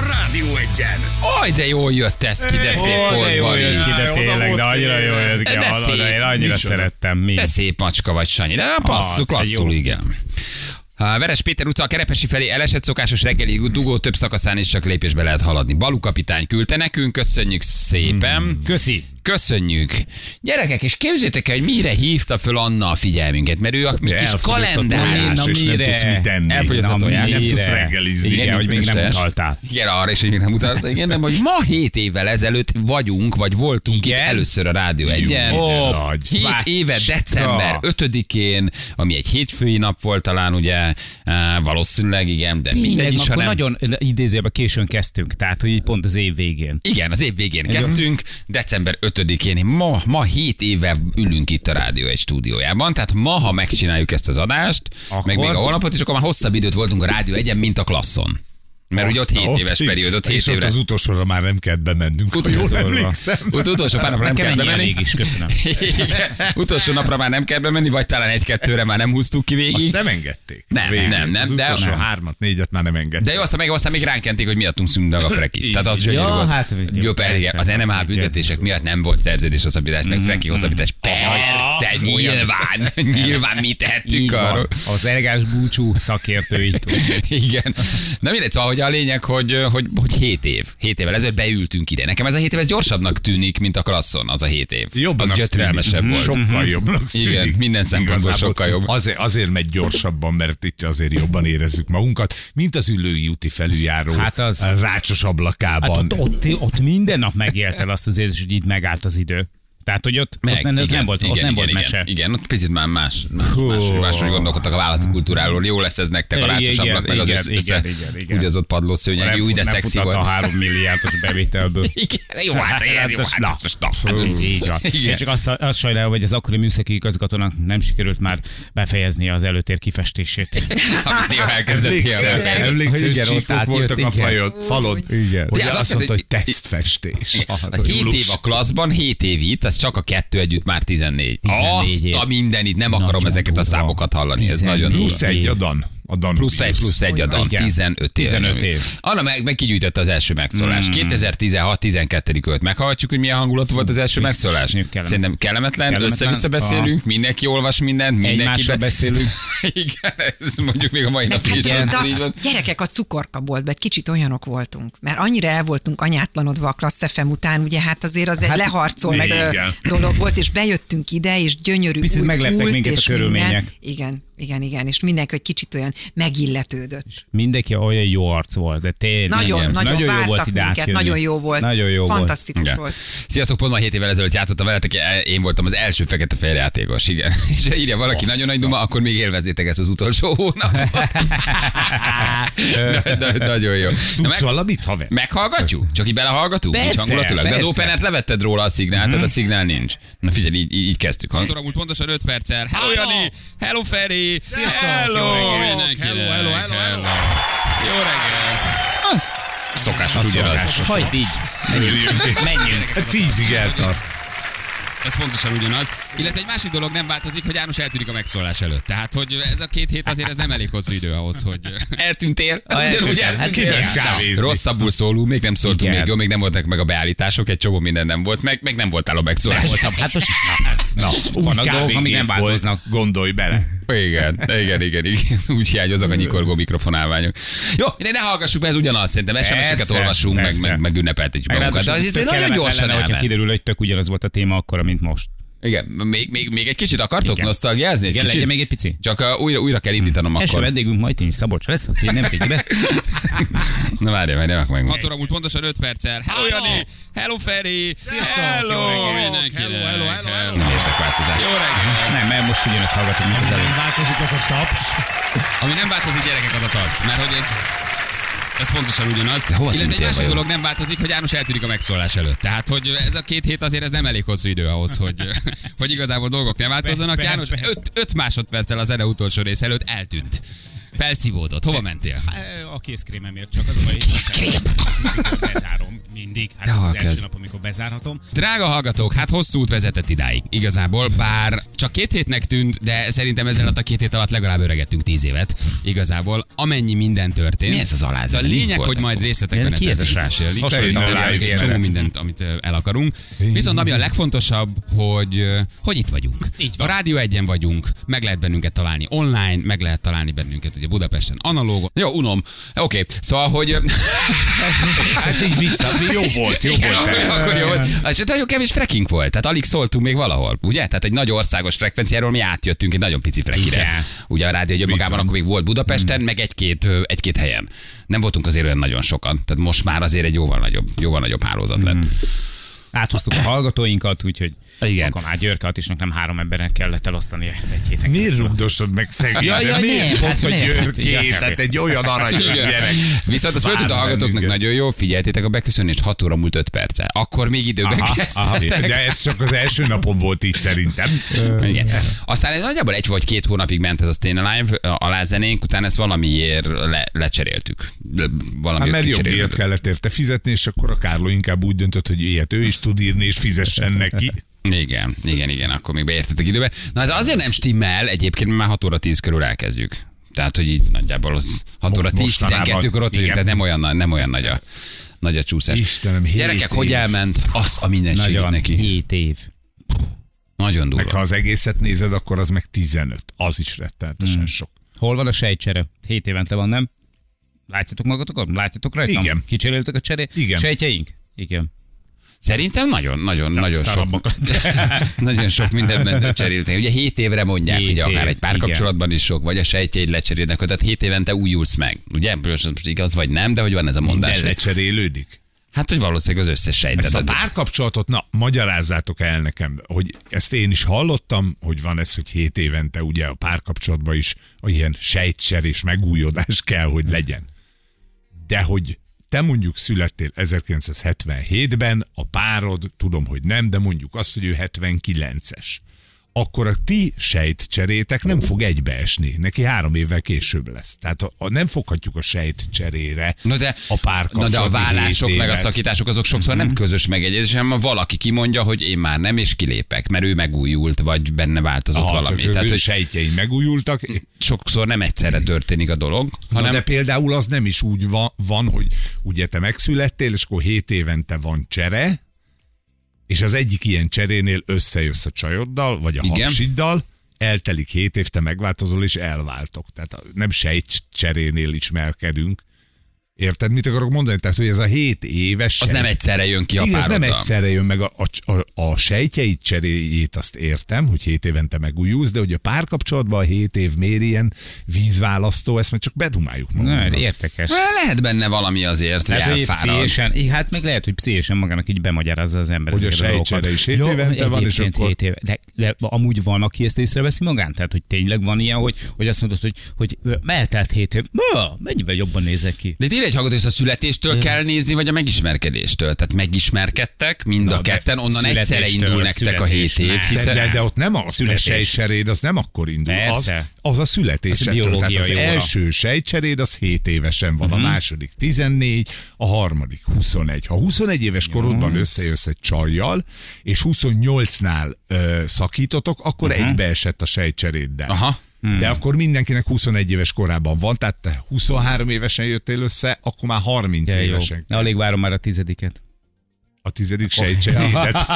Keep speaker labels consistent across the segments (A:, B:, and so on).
A: Rádió egyen.
B: Aj, de jól jött ez ki, de szép
C: Ó, de
B: volt,
C: jól
B: Bari.
C: jött ki, de
A: Jaj, oda
C: tényleg,
A: volt
C: de annyira
A: tényleg.
C: jól jött ki.
B: De
C: hallod,
B: szép.
C: Én annyira
A: Micsoda.
C: szerettem mind.
B: De szép macska vagy, Sanyi. De passzú,
C: Az,
B: klasszul,
C: jó.
B: igen. A Veres Péter utca a Kerepesi felé elesett szokásos reggeli dugó több szakaszán is csak lépésbe lehet haladni. Balú kapitány küldte nekünk, köszönjük szépen.
C: Köszi.
B: Köszönjük. Gyerekek, és képzétek el, hogy mire hívta föl Anna a figyelmünket, mert ő a mi kis
A: Elfogyott a
B: kalendár.
A: tojás,
C: Na,
A: és nem
C: mire?
A: tudsz mit tenni.
B: Elfogyott a
A: Na,
B: tojás.
A: Nem tudsz
C: mire?
A: reggelizni.
C: Igen, hogy még nem
B: Üres.
C: utaltál.
B: Igen, arra is, hogy még nem mutatta. Igen, nem, hogy ma 7 évvel ezelőtt vagyunk, vagy voltunk
C: Igen?
B: itt először a Rádió egyen.
A: Jó,
C: Ó,
A: nagy.
B: 7
C: Vácska.
B: éve
C: Ah.
B: december 5-én, ami egy hétfői nap volt talán, ugye, Á, valószínűleg igen, de mindegy
C: Mindegy,
B: is, ha
C: akkor
B: nem.
C: nagyon idézőjelben későn kezdtünk, tehát hogy így pont az év végén.
B: Igen, az év végén kezdtünk, december 5-én, ma, ma 7 éve ülünk itt a rádió egy stúdiójában, tehát ma, ha megcsináljuk ezt az adást, akkor...
C: Akkor-
B: meg még a holnapot is, akkor már hosszabb időt voltunk a rádió egyen, mint a klasszon. Mert ugye ott 7 éves periódot, 7
A: És ott
B: évre.
A: az utolsóra már nem kellett bemennünk, ha jól emlékszem.
B: Ut- utolsó pár napra nem kell
C: Kemény
B: bemenni.
C: elég is, köszönöm.
B: Igen. Utolsó napra már nem kell bemenni, vagy talán egy-kettőre már nem húztuk ki
A: Azt
B: végig.
A: nem engedték.
B: Nem,
A: Végig.
B: nem, nem,
A: Az
B: de-
A: utolsó
B: nem.
A: hármat, négyet már nem engedték.
B: De jó, aztán meg aztán még ránkenték, hogy miattunk szűnt meg a freki.
A: Így.
B: Tehát az gyönyörű
C: Ja,
B: volt.
C: hát, hogy jó,
B: jó, persze,
C: persze, Mm.
B: az NMH
C: hát,
B: büntetések miatt nem volt szerződés hosszabbítás, meg freki hosszabbítás. Persze, nyilván, nyilván mi tehettünk
C: Így
B: arról.
C: van. Az elegáns búcsú szakértő itt.
B: Igen. Na mindegy, szóval hogy a lényeg, hogy, hogy, hogy 7 év. 7 évvel ezelőtt beültünk ide. Nekem ez a 7 év ez gyorsabbnak tűnik, mint a klasszon az a 7 év.
A: Jobban
B: az gyötrelmesebb volt. Mhm.
A: Sokkal jobbnak tűnik.
B: Igen, minden szempontból
A: Igazából
B: sokkal jobb.
A: Azért, azért megy gyorsabban, mert itt azért jobban érezzük magunkat, mint az ülői úti felüljáró
C: Hát az-
A: a rácsos
C: Hát
A: ablakában.
C: ott, ott, ott minden nap megélted azt az érzést, hogy itt megállt az idő. Tehát, hogy ott, ott, nem, ott nem volt, ott nem volt
B: igen,
C: mese.
B: Igen, igen, ott picit már más, más,
C: Hú.
B: más, máshogy gondolkodtak a vállalati kultúráról. Jó lesz ez nektek a rácsos
C: Igen,
B: ablak, meg az
C: igen,
B: össze, össze
C: igen, igen, igen.
B: ugyazott padlószőnyeg, új, de
C: nem
B: szexi
C: futott
B: volt.
C: a három milliárdos bevételből.
B: Igen, jó, hát,
C: Hát,
B: hát, jó,
C: az-
B: hát,
C: na.
B: ez most na.
C: Fú, Így van.
B: Igen.
C: Én csak azt, azt sajnálom, hogy az akkori műszaki igazgatónak nem sikerült már befejezni az előtér kifestését.
B: Amit néha elkezdett
A: Emlékszel,
B: hiába.
A: emlékszel, hogy
C: Igen, ott
A: csíkok
C: átjött,
A: voltak a
C: igen.
A: fajod, falon. Igen. Ugye
B: az azt
A: azt mondta, hogy
B: jelenti, hogy-
A: tesztfestés.
B: A 7 év a klasszban, 7 év itt, az csak a kettő együtt már 14.
C: 14
B: Azt
C: év.
B: a mindenit, nem akarom
C: Nagyon
B: ezeket a
C: durva.
B: számokat hallani, ez
C: 14.
B: nagyon durva.
A: Plusz egy adan. A Danubius.
B: Plusz egy, plusz egy a Dan,
C: Igen.
B: 15 év.
C: 15 év. Mm.
B: Anna meg, meg kigyűjtött az első megszólás. 2016-12 ölt. Meghallgatjuk, hogy milyen hangulat volt az első
C: Biztos,
B: megszólás.
C: kellemetlen.
B: Szerintem kellemetlen,
C: Kellemetlen?
B: össze-vissza beszélünk, mindenki olvas mindent, mindenki
C: Egymásra beszélünk.
B: Igen, ez mondjuk még a mai nap is.
D: Nekünk
B: ott
D: a,
B: így van.
D: gyerekek a cukorka boltban, egy kicsit olyanok voltunk, mert annyira el voltunk anyátlanodva a klassz FM után, ugye hát azért az egy
C: Hát,
D: leharcolt ö,
A: igen.
D: dolog volt, és bejöttünk ide, és gyönyörű
C: Picit
D: új
C: megleptek
D: pult,
C: minket a
D: és
C: körülmények.
D: Minden, igen, igen, igen, és mindenki egy kicsit olyan megilletődött.
C: Mindenki olyan jó arc volt, de tényleg.
D: Nagyon,
C: igen.
D: nagyon, nagyon
C: jó
D: vártak
C: volt ide
D: minket,
C: átjönni.
D: nagyon jó volt.
C: Nagyon jó
D: Fantasztikus
B: Igen.
D: volt.
B: Sziasztok, pont ma 7 évvel ezelőtt játszottam veletek, E, én voltam az első fekete fehér játékos, igen. És ha írja valaki nagyon nagy duma, akkor még élvezzétek ezt az utolsó hónapot. Na, na, nagyon jó. Na,
A: Tudsz
B: meg-
A: valamit, haver?
B: Meghallgatjuk? Csak így belehallgatunk? Persze, nincs
C: Persze,
B: hangulatilag? De az
C: persze.
B: open levetted róla a szignált, mm-hmm. tehát a szignál nincs. Na figyelj, így, így, így kezdtük. Hang. múlt pontosan 5 perccel. Hello, Jani! Hello, Feri! Hello! Hello, hello, hello! Jó reggel! Szokásos ugyanaz.
C: volt. Hagyd így. Menjünk. Menjünk.
A: Hát Tízig eltart.
B: Ez pontosan ugyanaz. Illetve egy másik dolog nem változik, hogy János eltűnik a megszólás előtt. Tehát, hogy ez a két hét azért ez nem elég hosszú idő ahhoz, hogy... Eltűntél? Ugyanúgy
C: eltűntem. Hát
B: eltűntél.
A: kimegy kávézni.
B: Rosszabbul szólunk, még nem szóltunk
C: Igen.
B: még jó, még nem voltak meg a beállítások, egy csomó minden nem volt, meg, meg nem voltál a megszólás.
C: Voltam. Hát most
A: Na,
C: vannak dolgok, amik nem
A: volt,
C: változnak.
A: Gondolj bele.
B: Igen, igen, igen, igen. Úgy hiányozok a nyikorgó mikrofonálványok. Jó, de ne hallgassuk be, ez ugyanaz, szerintem SMS-eket
C: Persze,
B: olvasunk, meg,
C: persze.
B: meg, meg ünnepeltetjük magunkat. De
C: Ráadásul
B: ez nagyon
C: kellemetlen
B: gyorsan
C: lenne, hogyha
B: elment.
C: kiderül, hogy tök ugyanaz volt a téma akkor, mint most.
B: Igen, még, még, még egy kicsit akartok
C: Igen.
B: nosztalgiázni? Egy
C: Igen,
B: kicsit?
C: legyen még egy pici. Hmm. Hm.
B: Csak uh, újra, újra kell indítanom
C: Első
B: akkor.
C: vendégünk Majtényi Szabolcs lesz, aki nem tégy be.
B: Na várjál, várjál, meg meg.
E: 6 óra múlt pontosan 5 perccel. Hello, Jani! Hello, Feri! Sziasztok! Hello, mindenkinek! Hello, hello, hello, hello.
B: Nem érzek változást.
E: Jó reggel!
C: Nem, mert most ugyanezt hallgatunk, mint az előbb.
A: Változik az a taps.
E: Ami nem változik, gyerekek, az a taps, mert hogy ez ez pontosan ugyanaz. Illetve
B: hova
E: egy
B: tűntél
E: másik
B: vajon?
E: dolog nem változik, hogy János eltűnik a megszólás előtt. Tehát, hogy ez a két hét azért ez nem elég hosszú idő ahhoz, hogy, hogy igazából dolgok nem változzanak. János 5 másodperccel a zene utolsó rész előtt eltűnt. Felszívódott. Hova mentél?
C: A készkrémemért csak az a baj, hogy
B: készkrém.
C: Bezárom mindig. Hát
B: De hol
C: az
B: kell igaz.
C: nap, amikor bezárhatom.
B: Drága hallgatók, hát hosszú út vezetett idáig. Igazából, bár csak két hétnek tűnt, de szerintem ezzel alatt a két hét alatt legalább öregettünk tíz évet. Igazából, amennyi minden történt.
E: Mi ez az alázat?
B: A lényeg,
E: Mik
B: hogy
E: voltak?
B: majd részletekben
E: Ki ez a
B: fogjuk
E: srác?
B: mesélni.
A: Hasonlít a
B: Szerintem
A: live
B: Csomó
A: élet.
B: mindent, amit ö, el akarunk. Viszont ami a legfontosabb, hogy, ö, hogy itt vagyunk.
C: Így
B: A
C: van.
B: Rádió egyen vagyunk, meg lehet bennünket találni online, meg lehet találni bennünket ugye Budapesten analógon. Jó, unom. Oké, szóval, hogy... ö,
A: Hát így vissza, jó volt, jó
B: igen,
A: volt.
B: akkor- akkor jó volt. Az csak nagyon kevés fracking volt, tehát alig szóltunk még valahol, ugye? Tehát egy nagy országos frekvenciáról mi átjöttünk egy nagyon pici frekire.
C: Igen. Mm.
B: Ugye a rádió egy magában
A: Bizony.
B: akkor még volt Budapesten, meg egy-két, ö, egy-két helyen. Nem voltunk azért olyan nagyon sokan, tehát most már azért egy jóval nagyobb, jóval nagyobb hálózat lett.
C: Mm. Áthoztuk a hallgatóinkat, úgyhogy
B: Igen.
C: akkor már Györke Atisnak nem három embernek kellett elosztani egy héten.
A: Miért rugdosod meg szegény?
E: Jaj, jaj,
A: miért
E: nem,
A: pont
E: hát
A: a
E: nem.
A: györkét?
C: Igen.
A: Tehát egy olyan arany
B: Igen.
A: gyerek.
B: Viszont azt föl tudta a
A: Várna
B: hallgatóknak
A: bennünket.
B: nagyon jó, figyeltétek a beköszönést 6 óra múlt 5 perccel. Akkor még időben
C: Aha, aha.
B: kezdtetek.
A: Hát De ez csak az első napon volt így szerintem.
B: Igen. Aztán egy nagyjából egy vagy két hónapig ment ez a Stayin Alive ö, alázenénk, utána ezt valamiért le, lecseréltük. Le, valami
A: Hát mert jobb díjat kellett érte fizetni, és akkor a Kárló inkább úgy döntött, hogy ilyet ő is tud írni, és fizessen neki.
B: Igen, igen, igen, akkor még beértetek időbe. Na ez azért nem stimmel, egyébként mert már 6 óra 10 körül elkezdjük. Tehát, hogy így nagyjából az 6 óra 10
A: mostanában,
B: 12 kor ott vagyunk,
A: igen.
B: tehát nem olyan, nagy- nem olyan nagy a, nagy a csúszás.
A: Istenem, hét
B: Gyerekek, hogy
A: év.
B: elment? Az a mindenség
C: Nagyon.
B: neki.
C: 7 év.
B: Nagyon
A: Meg ha
B: durva.
A: az egészet nézed, akkor az meg 15. Az is rettenetesen
B: Mm.
A: sok.
C: Hol van a sejtcsere? 7 évente van, nem? Látjátok magatokat? Látjátok rajtam?
A: Igen.
C: Kicseréltek a cseré?
A: Igen.
C: Sejtjeink? Igen.
B: Szerintem nagyon, nagyon, nagyon sok,
C: Szarabbak.
B: nagyon sok mindenben cseréltek. Ugye 7 évre mondják,
C: Hét
B: ugye akár
C: év,
B: egy párkapcsolatban is sok, vagy a sejtjeid lecserélnek, tehát 7 évente újulsz meg. Ugye? Most most igaz vagy nem, de hogy van ez a mondás.
A: Minden
B: hogy-
A: lecserélődik.
B: Hát, hogy valószínűleg az összes
A: Ezt a
B: sejtedet.
A: párkapcsolatot, na, magyarázzátok el nekem, hogy ezt én is hallottam, hogy van ez, hogy 7 évente ugye a párkapcsolatban is a ilyen sejtcserés megújodás kell, hogy legyen. De hogy te mondjuk születtél 1977-ben, a párod, tudom, hogy nem, de mondjuk azt, hogy ő 79-es. Akkor a ti sejtcserétek nem fog egybeesni, neki három évvel később lesz. Tehát a, a, nem foghatjuk a sejtcserére
B: Na de,
A: a
B: na
A: párkapcsolati
B: de a vállások
A: hét
B: meg a
A: évet. Mhm.
B: szakítások azok sokszor nem közös megegyezés, hanem valaki kimondja, hogy én már nem, és kilépek, mert ő megújult, vagy benne változott
A: Aha,
B: valami.
A: csak
B: Tehát,
A: az ő
B: hogy
A: sejtjeim megújultak,
B: sokszor nem egyszerre történik a dolog,
A: hanem...
B: hanem
A: de például az nem is úgy van, van, hogy ugye te megszülettél, és akkor 7 évente van csere, és az egyik ilyen cserénél összejössz a csajoddal, vagy a
B: Igen.
A: Igen. hapsiddal, eltelik 7 év, te megváltozol, és elváltok. Tehát a- nem sejt cserénél ismerkedünk. Érted, mit akarok mondani? Tehát, hogy ez a 7 éves...
B: az nem
A: sejt-
B: egyszerre jön ki a
A: Igen, ez nem
B: pároddal.
A: egyszerre jön meg a, a, a, a sejtjeid cseréjét, azt értem, hogy 7 évente megújulsz, de hogy a párkapcsolatban a 7 év miért ilyen vízválasztó, ezt már csak bedumáljuk
C: Na,
A: magunknak.
C: érdekes.
B: Lehet benne valami azért, hogy
C: Lehet, hogy
B: elfárad.
C: pszichésen, Így, hát meg lehet, hogy pszichésen magának így bemagyarázza az ember.
A: Hogy a
C: ezeket dolgokat.
A: sejtcsere is hét évente van, és
C: egyébként
A: akkor-
C: hét éve. De, de, amúgy van, aki ezt észreveszi magán? Tehát, hogy tényleg van ilyen, hogy, hogy azt mondod, hogy, hogy ö, eltelt hét év, Bá, mennyivel jobban nézek ki.
B: De itt írja egy hallgató, hogy ezt a születéstől kell nézni, vagy a megismerkedéstől. Tehát megismerkedtek mind a ketten, onnan egyszerre
C: születéstől,
B: indul nektek a hét
C: születésnál.
B: év,
C: De-
A: De,
B: hiszen
A: de, de ott nem a, a
C: Születés.
A: sejtcseréd, az nem akkor indul. Az,
C: Persze.
A: az a születésettől. Tehát az
C: biológiai óra. Mhm.
A: első sejtcseréd az 7 évesen van, a második 14, a harmadik 21. Ha 21 éves korodban összejössz egy csajjal, és 28-nál ö, szakítotok, akkor
C: Mhm.
A: egybeesett a sejtcseréddel.
B: Aha.
A: De akkor mindenkinek 21 éves korában van, tehát te 23 évesen jöttél össze, akkor már 30
C: De jó.
A: évesen.
C: Alig várom már a tizediket.
A: A tizedik sejtcserédet.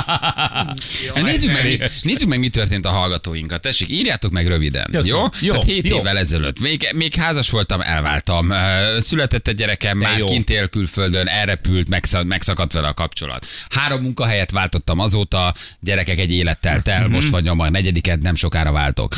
B: Hát nézzük, meg, mi- nézzük meg, mi történt a hallgatóinkat. Tessék, írjátok meg röviden. Jó?
C: Jó,
B: jó?
C: jó,
B: Tehát 7
C: jó.
B: évvel ezelőtt. Még, még házas voltam, elváltam. Ö, Született a gyerekem, már
C: jó.
B: kint él külföldön, elrepült, megszak, megszakadt vele a kapcsolat. Három munkahelyet váltottam azóta, gyerekek egy élet telt el,
C: Mhm.
B: most vagyom a negyediket, nem sokára váltok.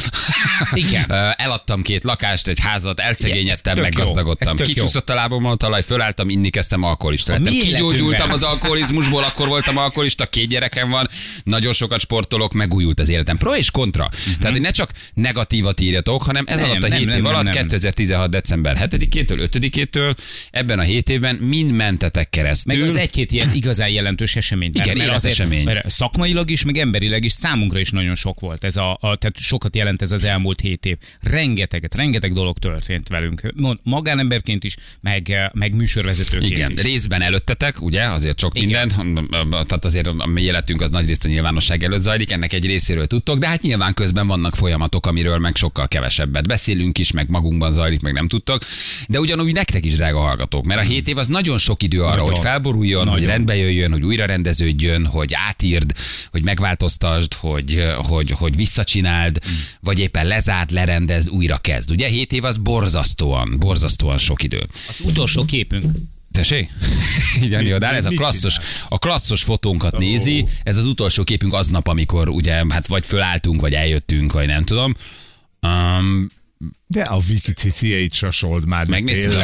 C: Igen.
B: Ö, Eladtam két lakást, egy házat, elszegényedtem,
C: Ez tök jó.
B: meggazdagodtam.
C: Ez tök jó.
B: Kicsúszott a lábomon a talaj, fölálltam, inni kezdtem, alkoholista lettem.
C: mi
B: Kigyógyultam
C: életünkben.
B: az alkoholizmusból, akkor voltam alkoholista, két gyerekem van, nagyon sokat sportolok, megújult az életem. Pro és kontra. Tehát, hogy ne csak negatívat írjatok, hanem ez
C: Mhm. Nem,
B: alatt a
C: nem,
B: 7
C: nem,
B: év
C: nem,
B: alatt,
C: nem.
B: 2016. december 7-től, 5-től, ebben a 7 évben mind mentetek keresztül.
C: Meg az egy-két ilyen igazán jelentős esemény.
B: Igen, életesemény.
C: Mert szakmailag is, meg emberileg is számunkra is nagyon sok volt. Ez a, a, tehát sokat jelent ez az elmúlt hét év. Rengeteget, rengeteg dolog történt velünk. Mond- Magánemberként is, meg, meg műsorvezetőként
B: Igen,
C: is.
B: részben előttetek, ugye, azért sok
C: Igen.
B: minden, tehát azért a mi életünk az nagy részt a nyilvánosság előtt zajlik, ennek egy részéről tudtok, de hát nyilván közben vannak folyamatok, amiről meg sokkal kevesebbet beszélünk is, meg magunkban zajlik, meg nem tudtok. De ugyanúgy nektek is, drága hallgatók, mert a 7 év az nagyon sok idő arra, Mm. nagyon. hogy felboruljon, nagyon. hogy rendbe jöjjön, hogy újra rendeződjön, hogy átírd, hogy megváltoztasd, hogy, hogy, hogy visszacsináld, mm. vagy éppen lezárd, lerendezd, újra kezd. Ugye 7 év az borzasztóan, borzasztóan sok idő.
C: Az utolsó képünk.
B: Tessék? Igen, jó, de hát ez a klasszos, a klasszos fotónkat nézi, ez az utolsó képünk aznap, amikor ugye, hát vagy fölálltunk, vagy eljöttünk, vagy nem tudom. Um,
A: de a Viki cicieit sasold már.
B: Megnézted?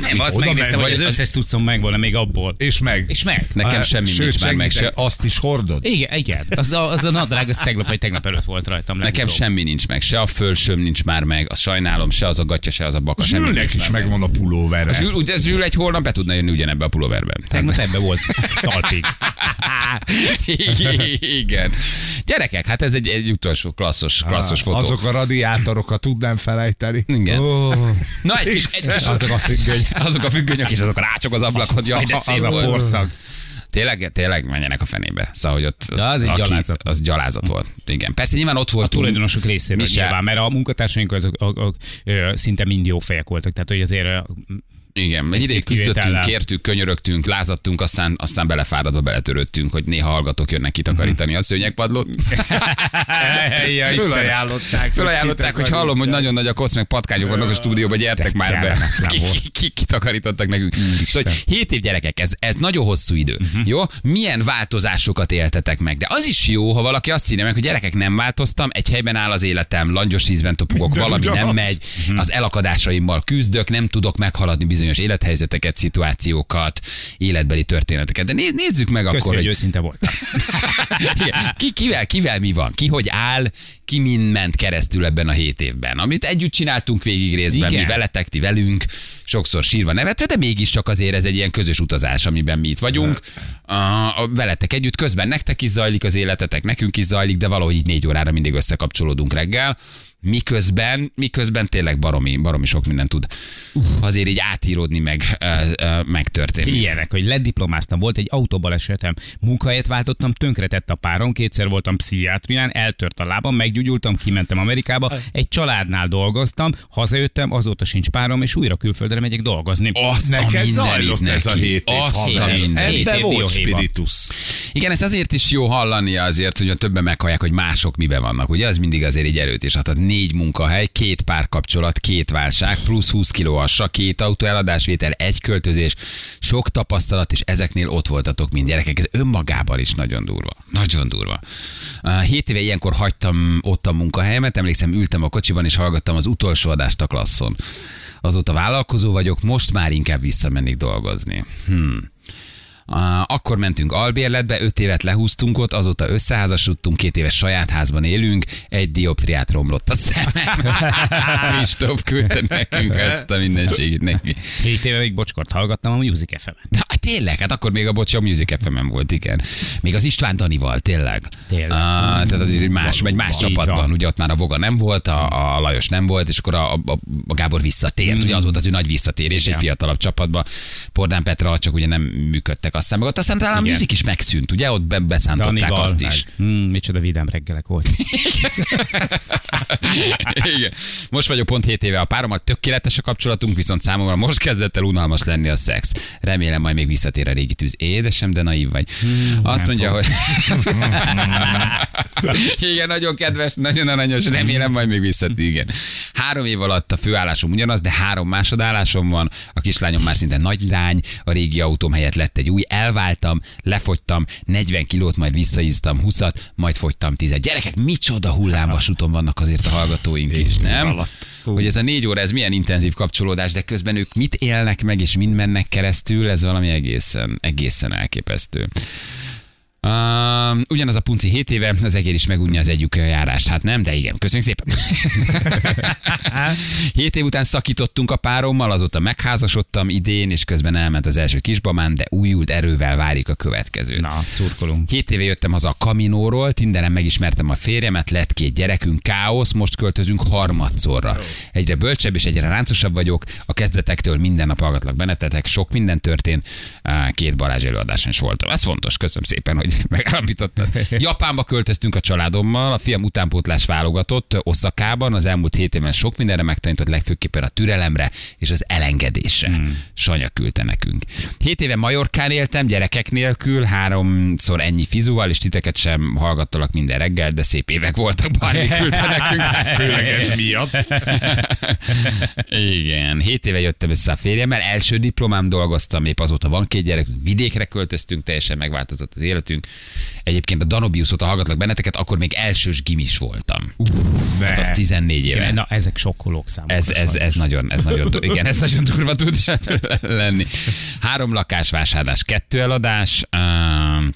C: Nem, azt megnéztem, hogy az összes tudszom megvan, még abból.
A: És meg.
C: És meg.
B: Nekem semmi
A: Sőt,
B: nincs már meg se.
A: Azt is hordod?
C: Igen, igen. Az a, az a nadrág, az tegnap vagy tegnap előtt volt rajtam.
B: Nekem semmi nincs meg, se a fölsöm nincs már meg, azt sajnálom, se az a gatya, se az a baka.
A: Zsülnek is megvan a pulóvere.
B: Zsül, ugye Zsül egy holnap be tudna jönni ugyanebbe a pulóverben.
A: Hát,
C: Tegnap ebbe volt talpig.
B: Igen. Gyerekek, hát ez egy, egy utolsó klasszos, klasszos fotó.
A: Azok a radiátorokat tudnám felejteni
B: felejteni. Igen. Oh, Na, egy kis, egy kis,
A: azok a függöny.
B: azok a függönyök és azok a rácsok az ablakon. Jaj, de szép
C: az a
B: volt.
C: porszag.
B: Tényleg, tényleg menjenek a fenébe. Szóval, hogy ott,
C: De az egy gyalázat.
B: az gyalázat volt. Igen. Persze nyilván ott voltunk.
C: A tulajdonosok részéről Misá... nyilván, mert a munkatársaink azok, a, a, a, szinte mind jó fejek voltak. Tehát, hogy azért
B: igen, egy ideig küzdöttünk, kértük, könyörögtünk, lázadtunk, aztán, aztán belefáradva beletörődtünk, hogy néha hallgatók jönnek kitakarítani a szőnyegpadlót.
A: ja, Fölajánlották.
B: Fölajánlották, hogy hallom, hogy nagyon nagy a kosz, meg patkányok vannak a stúdióban, gyertek már be. Kitakarítottak nekünk. Szóval 7 év gyerekek, ez, ez nagyon hosszú idő. Jó? Milyen változásokat éltetek meg? De az is jó, ha valaki azt írja meg, hogy gyerekek, nem változtam, egy helyben áll az életem, langyos vízben topogok, valami nem megy, az elakadásaimmal küzdök, nem tudok meghaladni bizonyos bizonyos élethelyzeteket, szituációkat, életbeli történeteket. De néz, nézzük meg Köszi, akkor,
C: hogy, hogy őszinte volt.
B: ki, kivel, kivel mi van? Ki hogy áll? Ki mind ment keresztül ebben a hét évben? Amit együtt csináltunk végig részben, Igen. mi veletek, ti velünk, sokszor sírva nevetve, de mégiscsak azért ez egy ilyen közös utazás, amiben mi itt vagyunk. A, a, veletek együtt, közben nektek is zajlik az életetek, nekünk is zajlik, de valahogy így négy órára mindig összekapcsolódunk reggel miközben, miközben tényleg baromi, baromi sok minden tud azért így átíródni, meg, ö, ö, megtörténni.
C: Ilyenek, hogy lediplomáztam, volt egy autóbalesetem, munkahelyet váltottam, tönkretett a párom, kétszer voltam pszichiátrián, eltört a lábam, meggyógyultam, kimentem Amerikába, egy családnál dolgoztam, hazajöttem, azóta sincs párom, és újra külföldre megyek dolgozni.
B: Azt a
A: Neked
B: mindenit
A: zajlott ez a
B: neki.
A: hét év
B: Azt a
A: haver.
B: mindenit.
A: Ebbe
C: Hét év
A: volt
C: dióhéjban.
A: spiritus.
B: Igen, ezt azért is jó hallani azért, hogy a többen meghallják, hogy mások miben vannak. Ugye az mindig azért egy erőt is ad. Tehát négy munkahely, két párkapcsolat, két válság, plusz 20 kiló assa, két autó eladásvétel, egy költözés, sok tapasztalat, és ezeknél ott voltatok mind gyerekek. Ez önmagában is nagyon durva. Nagyon durva. Ah, Hét éve ilyenkor hagytam ott a munkahelyemet, emlékszem, ültem a kocsiban és hallgattam az utolsó adást a klasszon. Azóta vállalkozó vagyok, most már inkább visszamennék dolgozni. Hmm. Ah, Akkor mentünk albérletbe, öt évet lehúztunk ott, azóta összeházasodtunk, két éves saját házban élünk, egy dioptriát romlott a szemem. Kristóf küldte nekünk ezt a mindenségét neki.
C: Hét éve még bocskort hallgattam a Music fm -en.
B: Na, hát tényleg, hát akkor még a Bocsi a Music fm volt, igen. Még az István Danival, tényleg.
C: Tényleg.
B: Ah, tehát az is egy más, egy más
C: Így
B: csapatban,
C: van.
B: ugye ott már a Voga nem volt, a, a Lajos nem volt, és akkor a, a, a Gábor
C: Hmm.
B: visszatért, ugye az volt az ő nagy visszatérés egy fiatalabb csapatba. Pordán Petra csak ugye nem működtek aztán meg ott, aztán talán a
C: Igen.
B: Music is megszűnt, ugye ott be, beszántották
C: Danival.
B: azt is.
C: Hmm, micsoda vidám reggelek volt.
B: Igen. Most vagyok pont 7 éve a párommal, tökéletes a kapcsolatunk, viszont számomra most kezdett el unalmas lenni a szex. Remélem majd még visszatér a régi tűz. Édesem, de naív vagy. Azt mondja, hogy... Igen, nagyon kedves, nagyon aranyos, remélem majd még visszatér. Igen. Három év alatt a főállásom ugyanaz, de három másodállásom van. A kislányom már szinte nagy lány, a régi autóm helyett lett egy új, elváltam, lefogytam, 40 kilót, majd visszaíztam 20-at, majd fogytam 10 Gyerekek, micsoda hullámvasúton vannak azért a hallgatóink is, nem? Hogy ez a négy óra, ez milyen intenzív kapcsolódás, de közben ők mit élnek meg, és mind mennek keresztül, ez valami egészen, egészen elképesztő. Uh, ugyanaz a punci 7 éve, az egér is megunni az egyik járás. Hát nem, de igen, köszönjük szépen. 7 év után szakítottunk a párommal, azóta megházasodtam idén, és közben elment az első kisbamám, de újult erővel várjuk a következőt.
C: Na, szurkolunk.
B: 7 éve jöttem haza a Kaminóról, Tinderen megismertem a férjemet, lett két gyerekünk, káosz, most költözünk harmadszorra. Egyre bölcsebb és egyre ráncosabb vagyok, a kezdetektől minden nap hallgatlak bennetetek, sok minden történt, Á, két Balázs előadáson is voltam. Ez fontos, köszönöm szépen, hogy megállapítottad. Japánba költöztünk a családommal, a fiam utánpótlás válogatott Oszakában, az elmúlt hét évben sok mindenre megtanított, legfőképpen a türelemre és az elengedésre. Hmm. Sanya küldte nekünk. Hét éve Majorkán éltem, gyerekek nélkül, háromszor ennyi fizuval, és titeket sem hallgattalak minden reggel, de szép évek voltak, bármi küldte nekünk.
A: Főleg ez miatt.
B: Igen, hét éve jöttem össze a férjemmel, első diplomám dolgoztam, épp azóta van két gyerekünk, vidékre költöztünk, teljesen megváltozott az életünk. Egyébként a Danobius óta hallgatlak benneteket, akkor még elsős gimis voltam. Uff, hát az 14 éve.
C: Na, ezek sokkolók számok.
B: Ez, ez, ez, nagyon, ez nagyon, du- igen, ez nagyon durva tud lenni. Három lakás vásárlás, kettő eladás, um,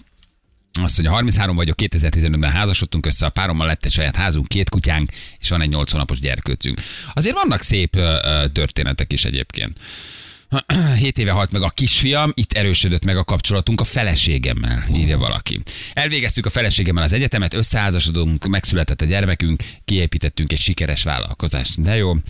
B: azt mondja, 33 vagyok, 2015-ben házasodtunk össze, a párommal lett egy saját házunk, két kutyánk, és van egy 8 hónapos gyerkőcünk. Azért vannak szép ö, ö, történetek is egyébként. 7 éve halt meg a kisfiam, itt erősödött meg a kapcsolatunk a feleségemmel, írja valaki. Elvégeztük a feleségemmel az egyetemet, összeházasodunk, megszületett a gyermekünk, kiépítettünk egy sikeres vállalkozást. De jó.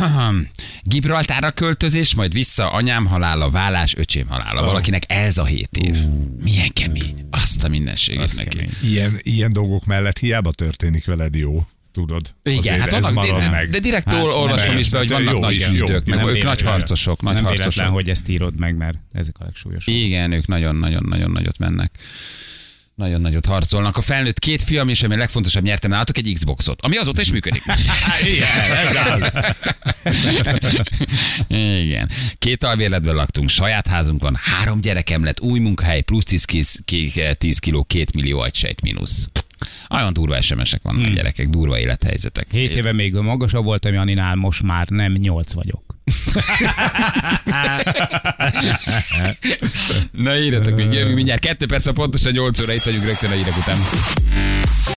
B: Uh, Gibraltára költözés, majd vissza anyám halála, vállás, öcsém
A: Ah.
B: halála. Valakinek ez a 7 év. Milyen kemény. Azt a mindenségét
C: Az
B: neki.
C: kemény.
A: Ilyen, ilyen dolgok mellett hiába történik veled jó, tudod.
B: Igen,
A: Azért
B: hát
A: ez
B: vannak,
A: marad
B: de,
A: meg.
B: de direkt
C: Hát,
B: hát, olvasom
A: nem,
B: is be, hogy
A: de
B: vannak
A: jó
B: nagy
A: is, jó.
B: küzdők, meg
A: Nem
B: ők nagy
C: véletlen.
B: harcosok, nagy
C: nem
B: harcosok.
C: véletlen, hogy ezt írod meg, mert ezek a legsúlyosabb.
B: Igen, ők nagyon-nagyon nagyon nagyot mennek. Nagyon nagyot harcolnak. A felnőtt két fiam, és ami a legfontosabb, nyertem nálatok egy Xboxot, ami azóta is működik.
A: Hát, Igen, ez áll.
B: Igen. Két alvérletben laktunk, saját házunk van, három gyerekem lett, új munkahely, plusz 10, kéz- ké- 10 kiló, 2 millió agysejt mínusz. Olyan durva SMS-ek vannak hmm. gyerekek, durva élethelyzetek.
C: 7 éve még magasabb voltam Janinál, most már nem 8 vagyok.
B: Na írjatok még, jövünk mindjárt. Kettő perc a pontosan 8 óra, itt vagyunk rögtön a hírek után.